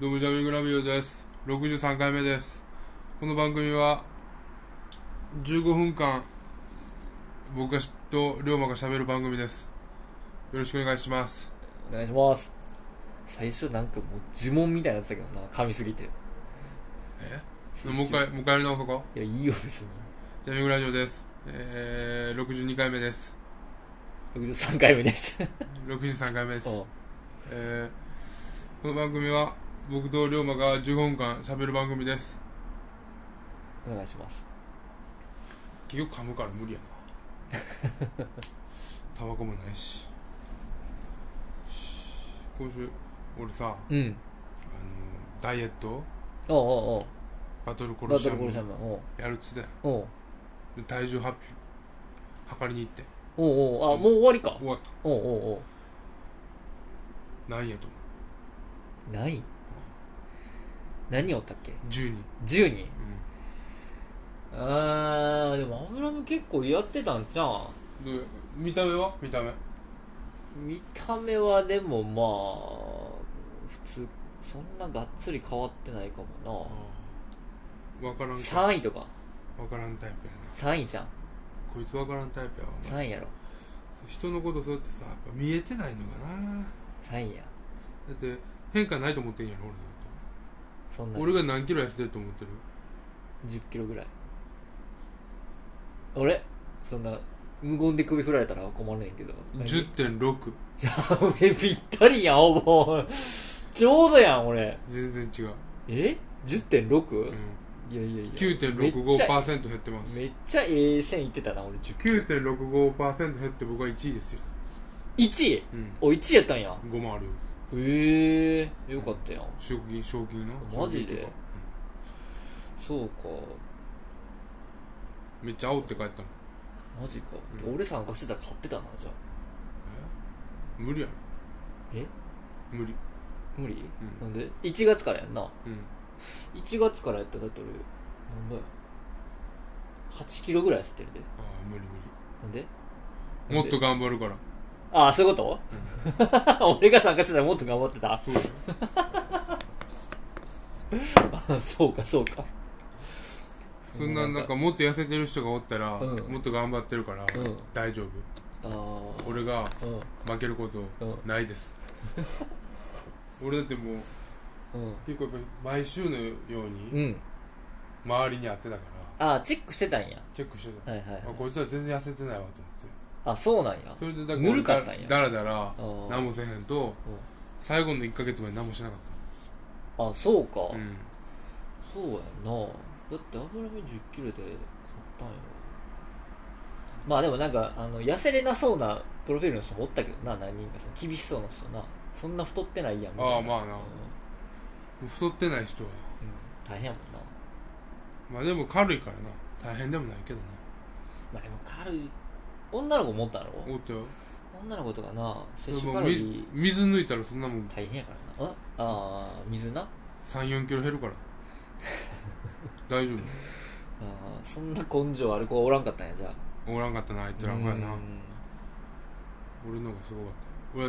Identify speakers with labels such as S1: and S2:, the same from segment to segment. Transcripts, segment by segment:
S1: どうもジャミングラビオです63回目ですこの番組は15分間僕がしと龍馬が喋る番組ですよろしくお願いします
S2: お願いします最初なんかもう呪文みたいになってたけどな噛みすぎて
S1: え
S2: 先週
S1: もう一回もう一回やり直そうか
S2: いやいいよ別に
S1: ジャミングラジオですえー、62回目です
S2: 63回目です
S1: 63回目です
S2: おう
S1: えー、この番組は僕と龍馬が15分間喋る番組です
S2: お願いします
S1: 結局噛むから無理や なタバコもないし今週俺さあの
S2: うん
S1: ダイエット
S2: おうおうおう
S1: バトルコ
S2: バ
S1: ロ
S2: ト
S1: シア
S2: ルコロ
S1: ム
S2: シャムおう
S1: やるっつって
S2: おう
S1: で体重発表測りに行って
S2: おうおうあもう終わりか
S1: 終わった
S2: おうおうお
S1: 何やと思
S2: うない何おったっけ
S1: う10人、
S2: 10人
S1: う、
S2: あーでもアブラム結構やってたんじゃうん
S1: どうや見た目は見た目
S2: 見た目はでもまあ普通そんながっつり変わってないかも
S1: 分からん
S2: な
S1: か
S2: 3位とか
S1: 分からんタイプやな
S2: 3位じゃん
S1: こいつ分からんタイプやわ
S2: 3位やろ
S1: 人のことそうやってさやっぱ見えてないのかな
S2: 3位や
S1: だって変化ないと思ってんやろ俺のこと
S2: そんな
S1: 俺が何キロ痩せてると思ってる
S2: 10キロぐらい俺そんな無言で首振られたら困るねんけど
S1: 10.6
S2: 10ぴったりやんお盆ちょうどやん俺
S1: 全然違う、
S2: え 10.6?
S1: う、ん、
S2: いやいやいやめっちゃ
S1: 9.65%減ってます
S2: めっちゃええ線いってたな俺10
S1: 9.65%減って僕は1位ですよ、
S2: 1位
S1: うん、
S2: お1位やったんや
S1: 5万あるよ
S2: へえよかったやん
S1: 賞金賞金の
S2: マジ
S1: 賞
S2: で
S1: 金とか
S2: そうか
S1: うんめっちゃ煽って帰ったの
S2: マジか、
S1: うん
S2: 俺参加してたら買ってたなじゃあ
S1: 無理やろ
S2: え
S1: 無理
S2: 無理、
S1: うん
S2: なんで1月からやんな
S1: うん
S2: 1月からやったらだって俺何倍や8キロぐらい痩せてるで
S1: ああ無理
S2: なんで
S1: 無理もっと頑張るから
S2: ああそういうこと 俺が参加してたらもっと頑張ってた
S1: そうだよ
S2: あそうかそうか
S1: そんななんかもっと痩せてる人がおったら、
S2: うん
S1: もっと頑張ってるから、
S2: うん
S1: 大丈夫
S2: ああ
S1: 俺が
S2: うん
S1: 負けることない です、俺だってもう
S2: うん
S1: 結構やっぱり毎週のよう
S2: う
S1: に
S2: ん
S1: 周りに会ってたから
S2: ああチェックしてたんや
S1: チェックしてた、
S2: はいはいはい
S1: あこいつは全然痩せてないわと思って
S2: あそうなんや
S1: それでだ
S2: ぬるか
S1: か
S2: ったんや
S1: だらだら
S2: ー
S1: 何もせえへんと
S2: うん
S1: 最後の1ヶ月まで何もしなかっ
S2: あそうか、
S1: たうん
S2: そうやんなだって油身1 0キロで買ったんやろまあでもなんかあの痩せれなそうなプロフィールの人もおったけどな何人かその厳しそうな人なそんな太ってないやんみたいな
S1: ああまあな
S2: うん
S1: 太ってない人は
S2: 大変やもんな
S1: まあでも軽いからな大変でもないけどね
S2: まあでも軽い女の子持ったやろ
S1: おったよ
S2: 女の子とかな
S1: で
S2: 摂取カ
S1: も
S2: ロリ
S1: 水
S2: ー
S1: 水抜いたらそんなもん
S2: 大変やからなああー水なあ
S1: 34キロ減るから 大丈
S2: ーそんな根性ある子はおらんかったんやじゃあ
S1: 夫おらんかったなあいつらほやな
S2: うん
S1: 俺の方がすごかっ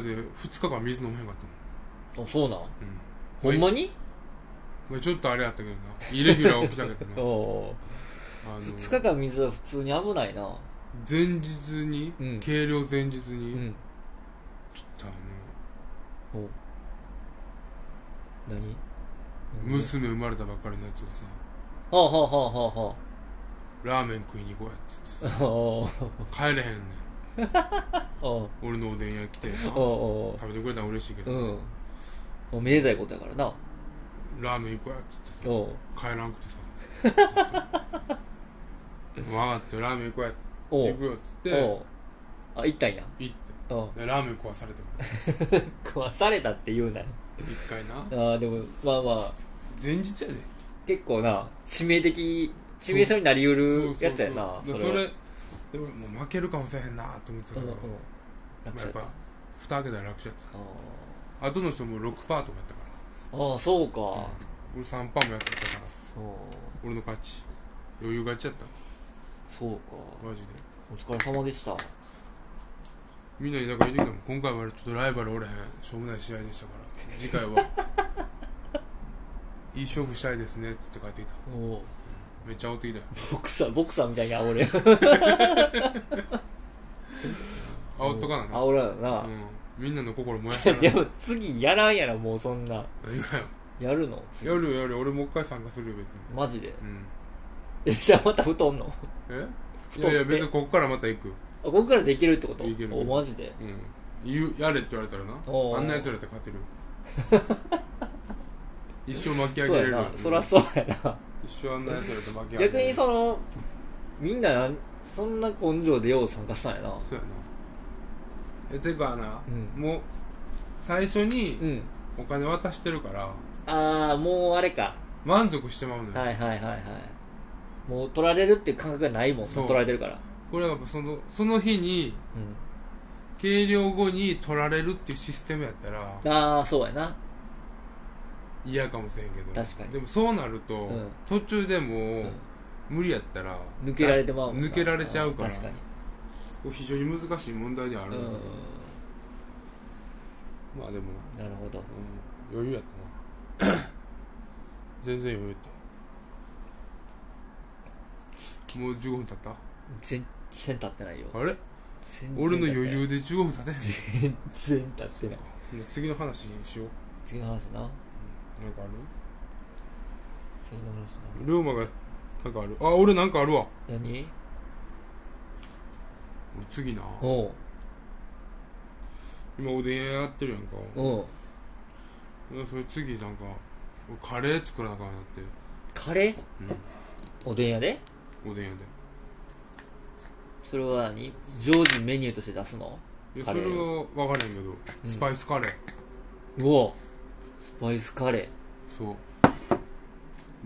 S1: た俺だって2日間水飲めへんかったもん
S2: あそうなん
S1: うん
S2: ほんまに
S1: まあ、ちょっとあれやったけどなイレギュラー起きたけど
S2: お
S1: な
S2: お
S1: あの
S2: 2日間水は普通に危ないな
S1: 前日に、
S2: うん
S1: 計量前日
S2: う
S1: に、
S2: ん
S1: ちょっとあ
S2: お何
S1: の
S2: む
S1: 娘生まれたばっかりのやつがさ
S2: はあはあはあは
S1: ラーメン食いに行こうやって
S2: あはあおー
S1: 言ってさ帰れへんねん
S2: おー
S1: 俺のおでん屋来てさ食
S2: おー
S1: べてくれたら嬉しいけ
S2: う
S1: ど、
S2: んおめでたいことやからな
S1: ラーメン行こうやって
S2: おお
S1: 言って帰らんくてさ ずっと分かってラーメン行こうやって
S2: お
S1: 行
S2: う
S1: くよって言って
S2: おうあ行ったんや
S1: 行っ
S2: おう
S1: てでラーメン壊されてから
S2: 食わされたって言うなよ
S1: 一回な
S2: あーでもまあまあ
S1: 前日やで
S2: 結構な致命的致命傷になりうるやつやな
S1: そうそうそうでそ
S2: は
S1: れで俺もう負けるかもしれへんなと思ってた
S2: う
S1: けど、
S2: んうん楽
S1: まあ、
S2: 勝
S1: やっ
S2: やった
S1: ぱ蓋開けたら楽勝やっ
S2: あ
S1: た後の人も6パーとかやったから
S2: ーあーそうか
S1: 俺3パーもやってたから
S2: そう
S1: 俺の勝ち余裕勝ちやった
S2: そうか
S1: マジで
S2: お疲れ様でした
S1: みんなになんか言うてきたもん今回はちょっとライバルおれへんしょうもない試合でしたから次回はいい勝負したいですねっつって帰ってきた
S2: おう
S1: めっちゃ煽ってきたよ
S2: ボクサーボクサーみたいに煽れ
S1: 煽っとかな
S2: 煽らな
S1: う、
S2: な
S1: ん、みんなの心 燃やしたら
S2: でも次やらんやろもうそんな
S1: 何がよ
S2: やるの次
S1: やるよやるよ俺もう一回参加するよ別に
S2: マジで
S1: うん
S2: えじゃあまた太んのあ
S1: え
S2: 太
S1: い
S2: っ
S1: や
S2: て
S1: いや別にこっからまた行くよ
S2: ここからできるってこと
S1: いける
S2: おマジで
S1: うん言うやれって言われたら
S2: おー
S1: なあんなやつらって勝てる 一生巻き上
S2: そ
S1: げ
S2: う
S1: れ
S2: や
S1: る
S2: な、
S1: うん
S2: そらそうやな
S1: 一生あんなやつらと巻き上げれる
S2: 逆にそのみんななんそんな根性でよう参加したんやな
S1: そうやなえてかな、
S2: う
S1: もう最初
S2: う
S1: に
S2: ん
S1: お金渡してるから
S2: ああもうあれか
S1: 満足してまうのよ、
S2: はいはいはいはいもう取られるっていう感覚がないもんね
S1: そう
S2: 取られてるから
S1: これはやっぱそのその日に
S2: う
S1: 計量後に取られるっていうシステムやったら
S2: んああそうやな
S1: 嫌かもしれんけど
S2: 確かに
S1: でもそうなると、
S2: ん
S1: 途中でもう無理やったら
S2: 抜けられてまうもんな
S1: 抜けられちゃうから
S2: ん確かに
S1: 非常に難しい問題ではある、
S2: うん
S1: まあでもな、
S2: なるほど
S1: うん、余裕やったな全然余裕やったもう15分経った
S2: 全然立ってないよ
S1: あれ
S2: 全然
S1: 俺の
S2: 立ってない
S1: 余裕で15分経てへん
S2: 全然立ってない
S1: もう次の話しよう
S2: 次の話な
S1: なんかある
S2: 次の話な
S1: 龍馬がなんかあるあ俺なんかあるわ
S2: 何
S1: 俺次な
S2: おう
S1: 今おでん屋やってるやんか
S2: おう
S1: 俺それ次なんか俺カレー作らなあかんよう
S2: カレー
S1: になって、
S2: おでん屋で
S1: うん、おでん屋で
S2: それは何常時メニューとして出すの
S1: いや
S2: カ
S1: そ
S2: レ
S1: れ
S2: ー
S1: は分からへんけど、スパイスカレー
S2: うおスパイスカレ
S1: そう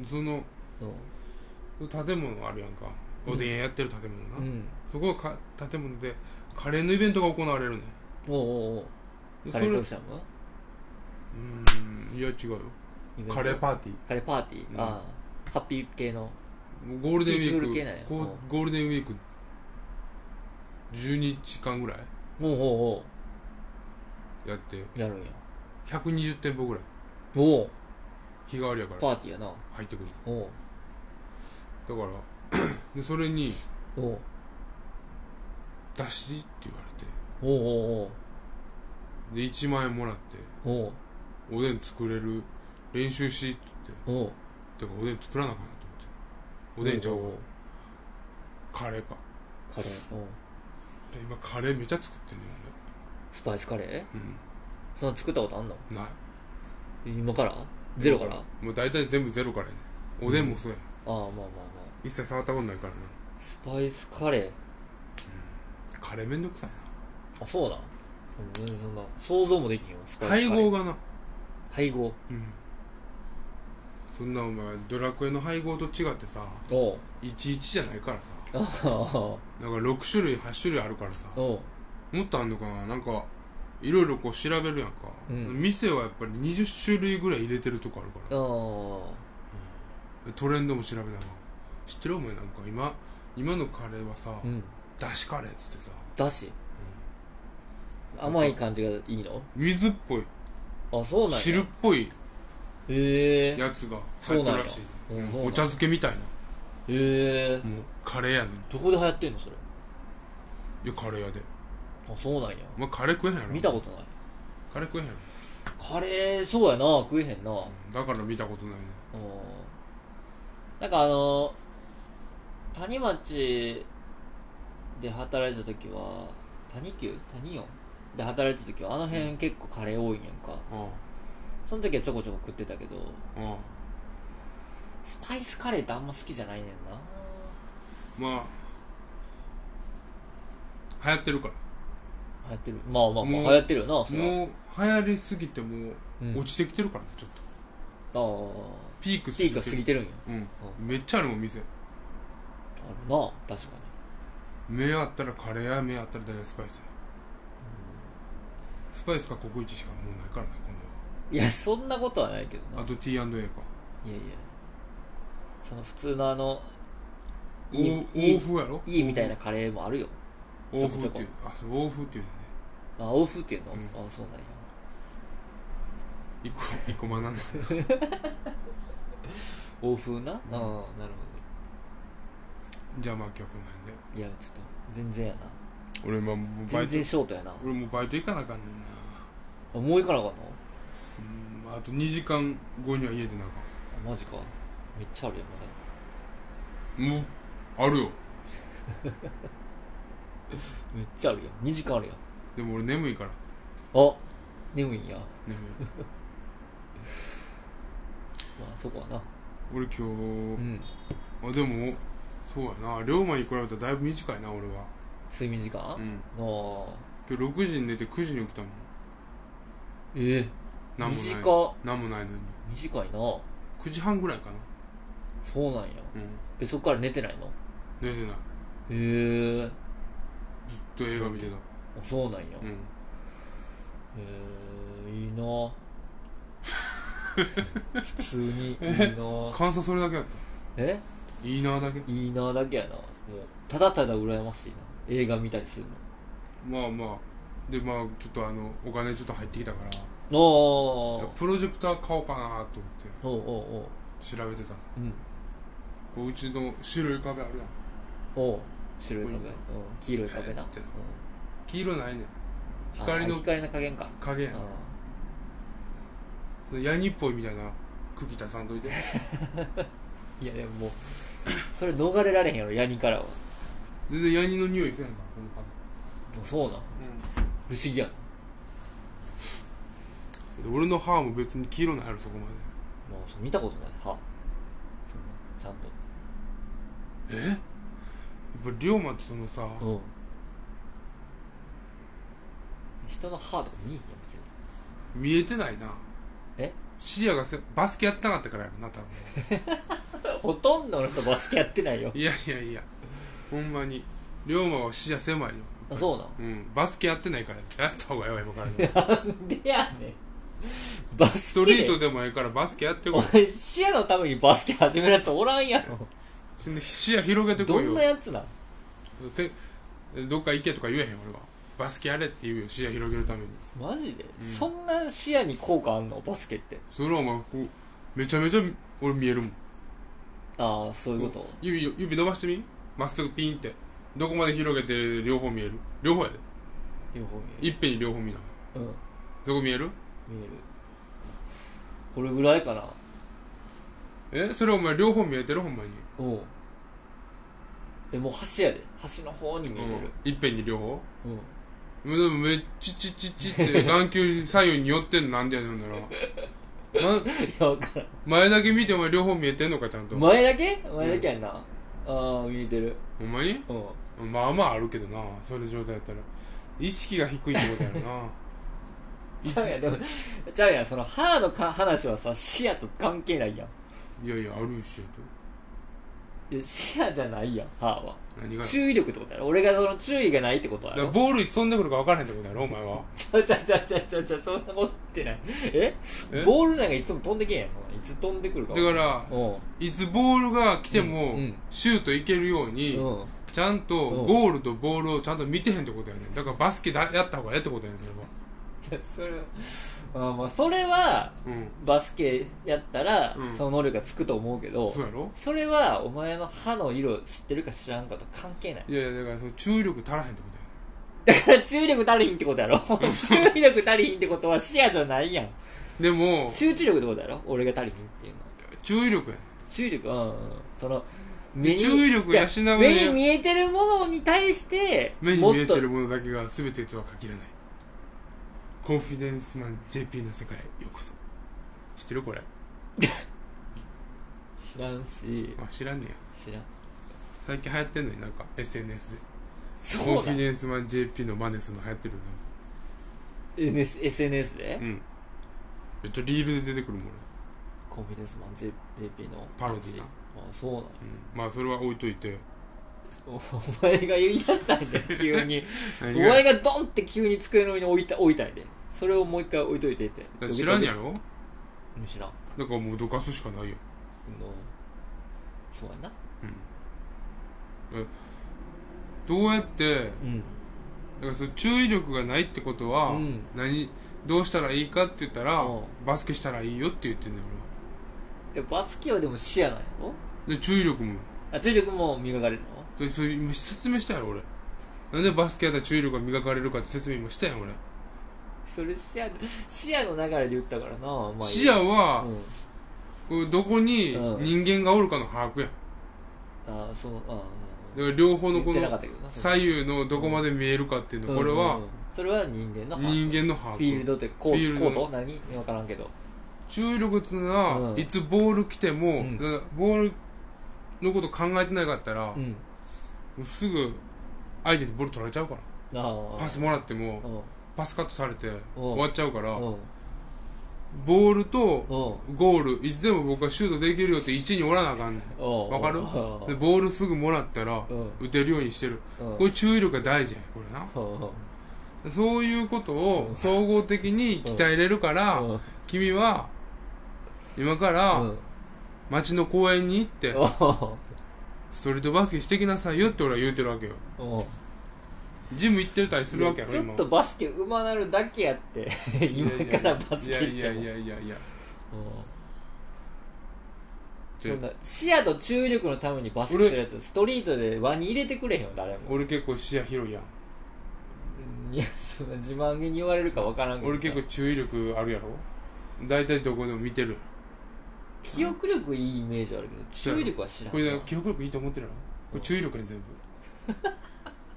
S1: その
S2: ー
S1: 建物あるやんかおでん屋やってる建物な、
S2: うんうん
S1: そこのか建物でカレーのイベントが行われるね
S2: おうおうおう
S1: で
S2: カ
S1: それ
S2: レーコ
S1: う
S2: ルシャム
S1: ーんいや違うよ
S2: イベント
S1: カレーパーティ
S2: カレーパーティー、
S1: うん
S2: ああハッピー系の
S1: ーもうゴールデンウィ
S2: ビジュアル系なん
S1: ー
S2: や
S1: クこう
S2: うん
S1: ゴールデンウィーク12時間ぐらい
S2: おうおうお
S1: やって
S2: うやるんや
S1: 120店舗ぐらい
S2: おお
S1: 日替わりやから
S2: パーティーやな
S1: 入ってくる
S2: おお
S1: だから でそれに
S2: おう
S1: 出しって言われて
S2: おうおう
S1: で1万円もらって
S2: おう
S1: おでん作れる練習しって言っ
S2: おうおう
S1: てだからおでん作らなあかんなと思っておでんちゃうわ
S2: おう
S1: カレーか
S2: カレーおう
S1: で今カレーめちゃ作ってんねん
S2: スパイスカレー
S1: 俺
S2: そんな作ったことあんの
S1: うんない
S2: 今からゼロからあ
S1: もう大体全部ゼロからやねおでんもそうや、
S2: あまあまあまあ
S1: 一切触ったことないからな
S2: スパイスカレー
S1: カレーめんどくさい
S2: あそうなん全然そんな想像もできへんわスパ
S1: な
S2: イスカレ
S1: 配
S2: ー
S1: 合がな
S2: 配合
S1: うんそんなお前ドラクエの配合と違ってさ
S2: お う
S1: 11じゃないからさ
S2: ああ
S1: なんか6種類8種類あるからさ
S2: おう
S1: もっとあんのかななんかいろいろこう調べるやんか、
S2: うん
S1: 店はやっぱり20種類ぐらい入れてるとこあるから
S2: あ
S1: トレンドも調べながら知ってるお前なんか今今のカレーはさ、
S2: あうん
S1: だしカレーっつってさ
S2: だし、甘い感じがいいの
S1: 水っぽい
S2: あそうなんや
S1: 汁っぽい
S2: へえ
S1: やつが入ってるらしい
S2: そうなんやうん
S1: うんお茶漬けみたい
S2: へえ
S1: なもうカレーやのに
S2: どこで流行ってんのそれ
S1: いやカレー屋で
S2: あそうなんや
S1: お前カレー食えへんやろ
S2: 見たことない
S1: カレー食えへんや
S2: カレーそうやな食えへんなうん
S1: ろだから見たことないね
S2: なんかあの谷町で働いてた時は谷久谷四で働いてた時はあの辺結構カレー多いんやんか
S1: あ
S2: その時はちょこちょこ食ってたけど
S1: あああ
S2: スパイスカレーってあんま好きじゃないねんな
S1: まあ流行ってるか
S2: 流行ってるまあまあま
S1: もう
S2: あ流行ってるよなそ
S1: ら
S2: れは
S1: もう流行りすぎても
S2: うん
S1: う落ちてきてるからねちょっと
S2: あ
S1: ピーク
S2: あ
S1: 過
S2: ピ
S1: ぎ
S2: ーク
S1: て
S2: が過ぎ
S1: る
S2: てるんや
S1: うんめっちゃあるもん店
S2: あるな確かに
S1: 目あったらカレーや目あったら大体スパイスやスパイスかココイチしかもうないからね今
S2: いやそんなことはないけど
S1: 度
S2: な
S1: はあと T&A か
S2: いやいやその普通のあの
S1: お
S2: いいいい
S1: 欧風やろ
S2: いいみたいなカレーもあるよ
S1: 欧風っていうあそう欧風っていうね
S2: あ欧風っていうの、
S1: うん
S2: あそうなんや
S1: 一個一個学んだ
S2: 欧風な、
S1: うん
S2: ああなる
S1: じゃあまあ今日はこの辺で
S2: ほどいやちょっと全然やな
S1: 俺今もうバイ
S2: 全
S1: ト
S2: 然ショートやな
S1: 俺もうバイト行かなあかんねんな
S2: あもう行かなあかんの
S1: うんあと2時間後には家出なあ
S2: あマジかめっちゃあるやんま
S1: か
S2: だ
S1: んもうあるよ
S2: めっちゃあるやん2時間あるやん
S1: でも俺眠いから
S2: あ眠いんや
S1: 眠い
S2: まあそこはな
S1: 俺今
S2: う
S1: 日
S2: ん
S1: あでもそうやな龍馬に比べたらだいぶ短いな俺は
S2: 睡眠時間、
S1: うん
S2: の
S1: 今日6時に寝て9時に起きたもん
S2: ええ
S1: 何もない
S2: 短
S1: 何もないのに
S2: 短いなそ
S1: 9時半ぐらいかな
S2: うなん
S1: う
S2: や
S1: ん
S2: えそっから寝てないの
S1: 寝てない
S2: へ
S1: ず
S2: え
S1: っと映画見てた
S2: あそうなんや、
S1: う
S2: へ
S1: ん
S2: えいい な普通にいいな
S1: 感想それだけやった
S2: え
S1: いいなだけ
S2: いいなだけやなもうただただ羨ましいな映画見たりする
S1: まあまあでまあちょっとあのお金ちょっと入ってきたから
S2: のおー
S1: プロジェクター買おうかなと思って
S2: おうおうおう
S1: 調べてたの
S2: うん
S1: こううちの白い壁あるやん
S2: おう白い
S1: こ
S2: 壁、
S1: こに
S2: うん
S1: ね、
S2: 黄色い壁な、
S1: へーってな
S2: う
S1: 黄色ないねん
S2: ん
S1: 光の
S2: あ光の加減か
S1: 影やん
S2: う
S1: そのヤニっぽいみたいな茎出さんといて
S2: んいやでももう それ逃れられへんやろヤニからはも
S1: 全然ヤニの匂いせえへんからこの
S2: うそうなん不思議やな
S1: 壁、うん、俺の歯も別に黄色ないやろそこまで
S2: もうそう見たことない歯そんなちゃんと
S1: やっぱ龍馬ってそのさ、
S2: うん人の歯とか見えへんやん別に
S1: 見えてないな
S2: え
S1: 視野がせバスケやってなかったからやろな 多分
S2: ほとんどの人バスケやってな いよ
S1: いやいやいやほんまに龍馬は視野狭いよ
S2: あそうなん
S1: うんバスケやってないからやった方がええわ今から
S2: なんでやねんバスケ
S1: ストリートでもええからバスケやって
S2: お
S1: こい
S2: 前視野のためにバスケ始めるやつおらんやろ
S1: そんで視野広げてこ
S2: ど
S1: い
S2: ん
S1: よ
S2: なやつなん
S1: せどっか行けとか言えへん俺はバスケやれって言うよ視野広げるために
S2: マジで、
S1: うん
S2: そんな視野に効果あんのバスケって
S1: それはお前こうめちゃめちゃ俺見えるもん
S2: ああそういうこと
S1: 指指伸ばしてみまっすぐピンってどこまで広げて両方見える両方やで
S2: 両方見え
S1: いっぺんに両方見な
S2: るうん
S1: そこ見える
S2: 見えるこれぐらいかな
S1: えそれお前両方見えてるほんまに
S2: おうえもう橋やで橋の方に見え
S1: うん
S2: る、
S1: いっぺんに両方
S2: うん
S1: でもめっちちちちって眼球左右に寄ってんのなんでやねんなら ない
S2: や分からん
S1: 前だけ見てお前両方見えてんのかちゃんと
S2: 前だけ前だけやんな、ああ見えてる
S1: ほんまに
S2: うん
S1: まあまああるけどなそれ状態やったら意識が低いってことやろな
S2: ちゃうやんでもちゃうやんその歯のか話はさ視野と関係ないや
S1: いやいやあるしや
S2: んいや視野じゃないやん歯は
S1: と何がだ
S2: 注意力ってことやろ俺がその注意がないってことや
S1: から
S2: ろ
S1: ボールいつ飛んでくるか分からへんってことやろお前は
S2: ちゃうちゃうちゃうちゃうちゃうちゃうそんなことってないえ
S1: え
S2: ボールなんかいつも飛んでけんやんそんないつ飛んでくるか
S1: だから
S2: うん
S1: いつボールが来ても
S2: うんうん
S1: シュートいけるように
S2: うん
S1: ちゃんと
S2: うん
S1: ゴールとボールをちゃんと見てへんってことやねんだからバスケだやった方がええってことやねんそれは
S2: じゃあそれはあまあそれは
S1: うん
S2: バスケやったら、
S1: うん
S2: その能力がつくと思うけど
S1: そうやろ
S2: それはお前の歯の色知ってるか知らんかと関係ない
S1: いやいやだからその注意力足らへんってことや
S2: だから注意力足りひんってことやろ 注意力足りひんってことは視野じゃないやん
S1: ねんでも
S2: 集中力ってことやろ俺が足りひんっていうのは
S1: 注意力やねん
S2: 注意力うんうんその
S1: 注意力養わ
S2: いや
S1: な
S2: 目
S1: い
S2: に見えてるものに対して
S1: 目に
S2: もっ
S1: 見え
S2: と
S1: てるものだけが全てとは限らないコンフィデンスマン JP の世界へようこそ知ってるこれ
S2: 知らんし
S1: あ知らんねや
S2: 知らん
S1: 最近流行ってんのになんか SNS でコ
S2: そ
S1: ン
S2: う
S1: フ
S2: だ
S1: ィデンスマン JP のマネするの流行ってるよ
S2: SNS, SNS
S1: な
S2: で
S1: うんめっちゃリールで出てくるもん俺、
S2: コンフィデンスマン JP の
S1: パロディな
S2: あそうなんや
S1: うん、まあそれは置いといて
S2: お前が言い出したんで急 にお
S1: 何
S2: 前
S1: が
S2: がドンって急に机の上に置いた置いたんでそれをもう一回置いといてって
S1: だから知らんやろ
S2: うん知らん
S1: だからもうどかすしかないよ
S2: のそうやな
S1: うんえどうやって
S2: うん
S1: だからその注意力がないってことは、
S2: うん
S1: 何どうしたらいいかって言ったら、
S2: うん
S1: バスケしたらいいよって言ってんだよ
S2: でバスケはでも視野なんやろ
S1: で注意力も
S2: あ注意力も磨かれるの
S1: それそれ今説明したやろ俺なんでバスケやったら注意力が磨かれるかって説明今したやん俺、
S2: それ視野視野の流れで言ったからな、まあ、
S1: 視野は
S2: う、ん
S1: こうどこに
S2: うん
S1: 人間がおるかの把握やん
S2: あそうあ
S1: だから両方のこ
S2: 言ってなか
S1: の
S2: ったけどなそれ
S1: 左右のどこまで見えるかっていうのこれ
S2: うんうん
S1: は
S2: うんそれは人間の把握
S1: 人間の把
S2: フィール
S1: 握
S2: ドってコ
S1: フィー
S2: ー
S1: ル
S2: ト
S1: ド
S2: コート何分からんけど
S1: 注意力っていうのは、
S2: うん
S1: いつボール来ても、
S2: うん
S1: だからボールのこと考えてなかったら、
S2: う
S1: も
S2: ん
S1: うすぐ相手にボール取られちゃうから
S2: ああ
S1: パスもらっても
S2: うん
S1: パスカットされて終わっちゃうから
S2: うん
S1: ボールと
S2: うん
S1: ゴールいつでも僕はシュートできるよって位置におらなあかんねんわ
S2: わ
S1: かる
S2: う
S1: で
S2: ん
S1: ボールすぐもらったら
S2: うん
S1: 打てるようにしてる
S2: うん
S1: これ注意力が大事やんこれな
S2: う
S1: そういうことを総合的に鍛えれるから
S2: んうん
S1: 君は今から町の公園に行ってストリートバスケしてきなさいよって俺は言うてるわけよ
S2: うん
S1: ジム行ってたりするわけやろ
S2: ちょっとバスケうまなるだけやって 今からバスケしても
S1: いやいやいやいやいや
S2: うんそんな視野と注意力のためにバスケするやつストリートで輪に入れてくれへんよ誰も
S1: 俺結構視野広いやん
S2: いやそんな自慢げに言われるかわからんけど
S1: 俺結構注意力あるやろ大体どこでも見てる
S2: 記憶力いいイメージあるけど注意力は知らん
S1: これ記憶力いいと思ってるやろこれ注意力やん全部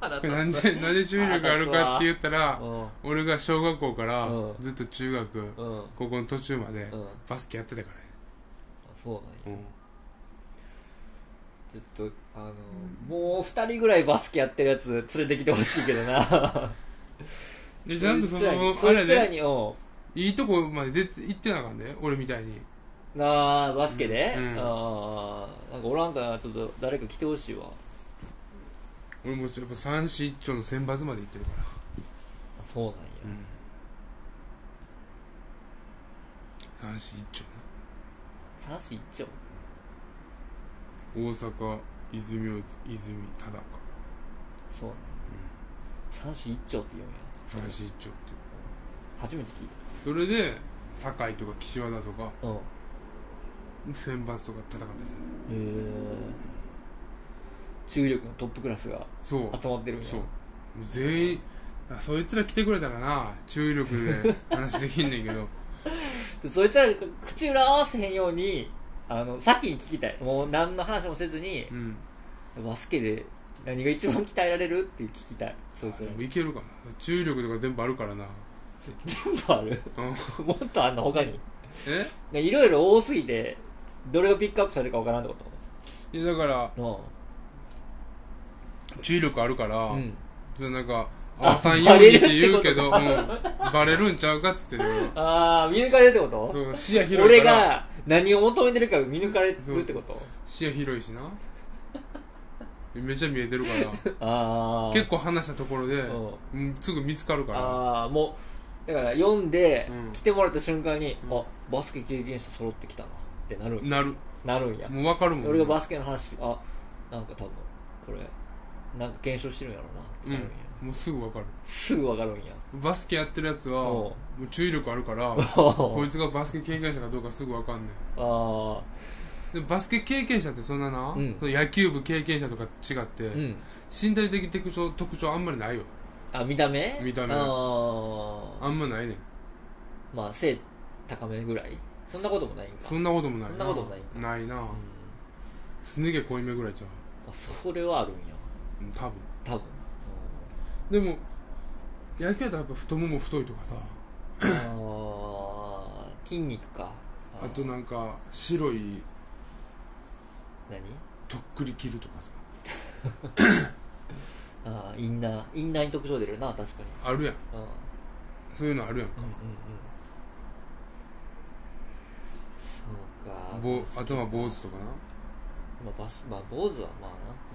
S2: 腹
S1: こ
S2: 立
S1: れ
S2: つ
S1: なん でなんで注意力あるかって言ったら
S2: う
S1: 俺が小学校から
S2: うん
S1: ずっと中学
S2: んうん
S1: 高校の途中まで
S2: うん
S1: バスケやってたからね
S2: そうなんや
S1: うん
S2: ちょっとあのもう二人ぐらいバスケやってるやつ連れてきてほしいけどな
S1: でちゃんとその
S2: そ
S1: あ
S2: いつら
S1: れ
S2: にそいつら
S1: ね
S2: にうん
S1: いいとこまで出て行ってなあかんで俺みたいに
S2: なあバスケで、
S1: うんうん
S2: ああなんかおらんからちょっと誰か来てほしいわ
S1: 俺もやっぱ三市一丁の選抜まで行ってるから
S2: そうなんや、
S1: 三市一丁な
S2: 三子一丁
S1: 大阪泉を泉忠か
S2: そうなんや、三子一丁って言うんや
S1: 三市一丁って
S2: 初めて聞い
S1: それで堺とか岸和田とか
S2: たうんへ
S1: 選抜とか戦ってたよ
S2: え注意力のトップクラスが
S1: そう
S2: 集まってるんや
S1: そう全員あそいつら来てくれたらな注意力で話できんねんけ ど
S2: でそいつら口裏合わせへんようにあの先に聞きたいもう何の話もせずに
S1: うん
S2: バスケで何が一番鍛えられるって聞きたいそいつ
S1: で
S2: ら
S1: も
S2: に
S1: いけるかな注意力とか全部あるからな
S2: 全部ある
S1: うん
S2: もっとあんの他に
S1: え
S2: ねいろいろ多すぎてどれがピックアップされるかわからんってこ
S1: いやだから
S2: と
S1: 注意力あるから、
S2: うんうん
S1: そのなんか「
S2: あ
S1: あさんように」って言うけど
S2: バ
S1: うん、バレるんちゃうかっつってね
S2: ああ見抜かれるってこと
S1: そう視野広い
S2: 俺
S1: から
S2: が何を求めてるか見抜かれるってこと
S1: 視野広いしなめっちゃ見えてるから
S2: ああ
S1: 結構話したところで、
S2: うん
S1: うんすぐ見つかるから
S2: ああもうだから読んで
S1: うん
S2: 来てもらった瞬間に、
S1: うん
S2: あバスケ経験者揃ってきたなってなるんや
S1: なる
S2: なるんや
S1: もう分かるもん、
S2: 俺がバスケの話聞くあなんか多分これなんか検証してるんやろうなって
S1: うん
S2: なるんや、
S1: もうすぐ分かる
S2: すぐわかるんや
S1: バスケやってるやつは
S2: おう
S1: もう注意力あるからこいつがバスケ経験者かどうかすぐ分かんね
S2: あ
S1: んでバスケ経験者ってそんなな、
S2: うん
S1: その野球部経験者とか違って、
S2: あうん
S1: 身体的特徴特徴あんまりないよ
S2: あ見た目
S1: 見た目
S2: あ
S1: あ
S2: ー
S1: んまないねん
S2: まあ背高めぐらいそんなこともないんか
S1: そんなこともない
S2: そんなこともないんか
S1: ないなすね毛濃いめぐらいちゃう
S2: あそれはあるんや
S1: うん多分
S2: 多分
S1: でも野球だとやっぱ太もも太いとかさ
S2: あー筋肉かー
S1: あとなんか白い
S2: 何
S1: とっくり切るとかさ
S2: あーインナーインナーに特徴出るな確かに
S1: あるやん
S2: うんうんうん
S1: そういうのあるやんか
S2: そうか
S1: ぼ頭坊主とかな
S2: まあ、バスまあ坊主はまあな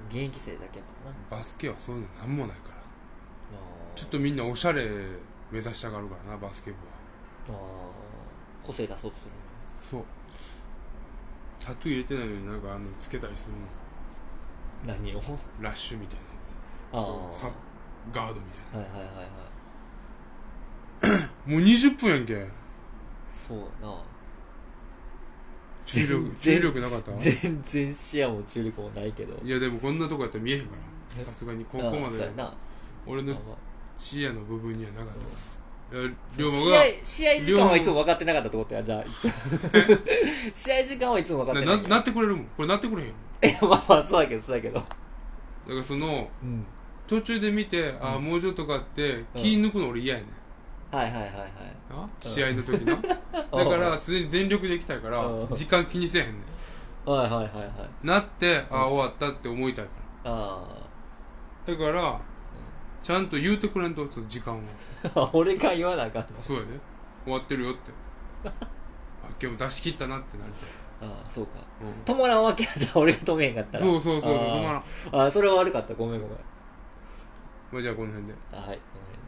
S2: 現役生だけやからな
S1: バスケはそういうのなんもないから
S2: あー
S1: ちょっとみんなおしゃれ目指したがるからなバスケ部は
S2: あー個性出そうとするんや
S1: そうタトゥー入れてないのになんかあのつけたりするの
S2: 何を
S1: ラッシュみたいなやつ
S2: ああ
S1: サガードみたい
S2: はいはいはいはい
S1: なもう20分やんけ
S2: そうやな
S1: 注力
S2: 全
S1: 注力なかった
S2: 全然視野も注力もないけど
S1: いやでもこんなとこやったら見えへんから
S2: え
S1: さすがにここま
S2: あそう
S1: で
S2: やな
S1: 俺の
S2: まあまあ龍
S1: 視野の部分にはなかったいや龍馬
S2: 試
S1: が
S2: 合試合時間はいつも分かってなかったってことやじゃあ 試合時間はいつも分かって
S1: な
S2: な
S1: ないなってくれるもんこれなってくれへんよ
S2: いや まあまあそうやけどそうやけど
S1: だからその
S2: うん
S1: 途中で見て、ああもうちょっとかって気抜くの俺嫌やねん、
S2: はいはいはいはい
S1: な試合の時なだから常に全力で行きたいから
S2: うん
S1: 時間気にせえへんね
S2: はいはいはいはい
S1: んなってああ終わったって思いたいか
S2: あ
S1: らだからちゃんと言うてくれんとその時間を
S2: あ 俺が言わなあかんの
S1: そうやね終わってるよって あ今日も出し切ったなってなりたい
S2: ああそうか
S1: うん
S2: 止まらんわけやじゃあ俺が止めへんかったら
S1: そうそうそうそう
S2: ああ
S1: 止まらん
S2: ああそれは悪かったごめんごめん
S1: まあじゃあこの辺で
S2: あはいごめん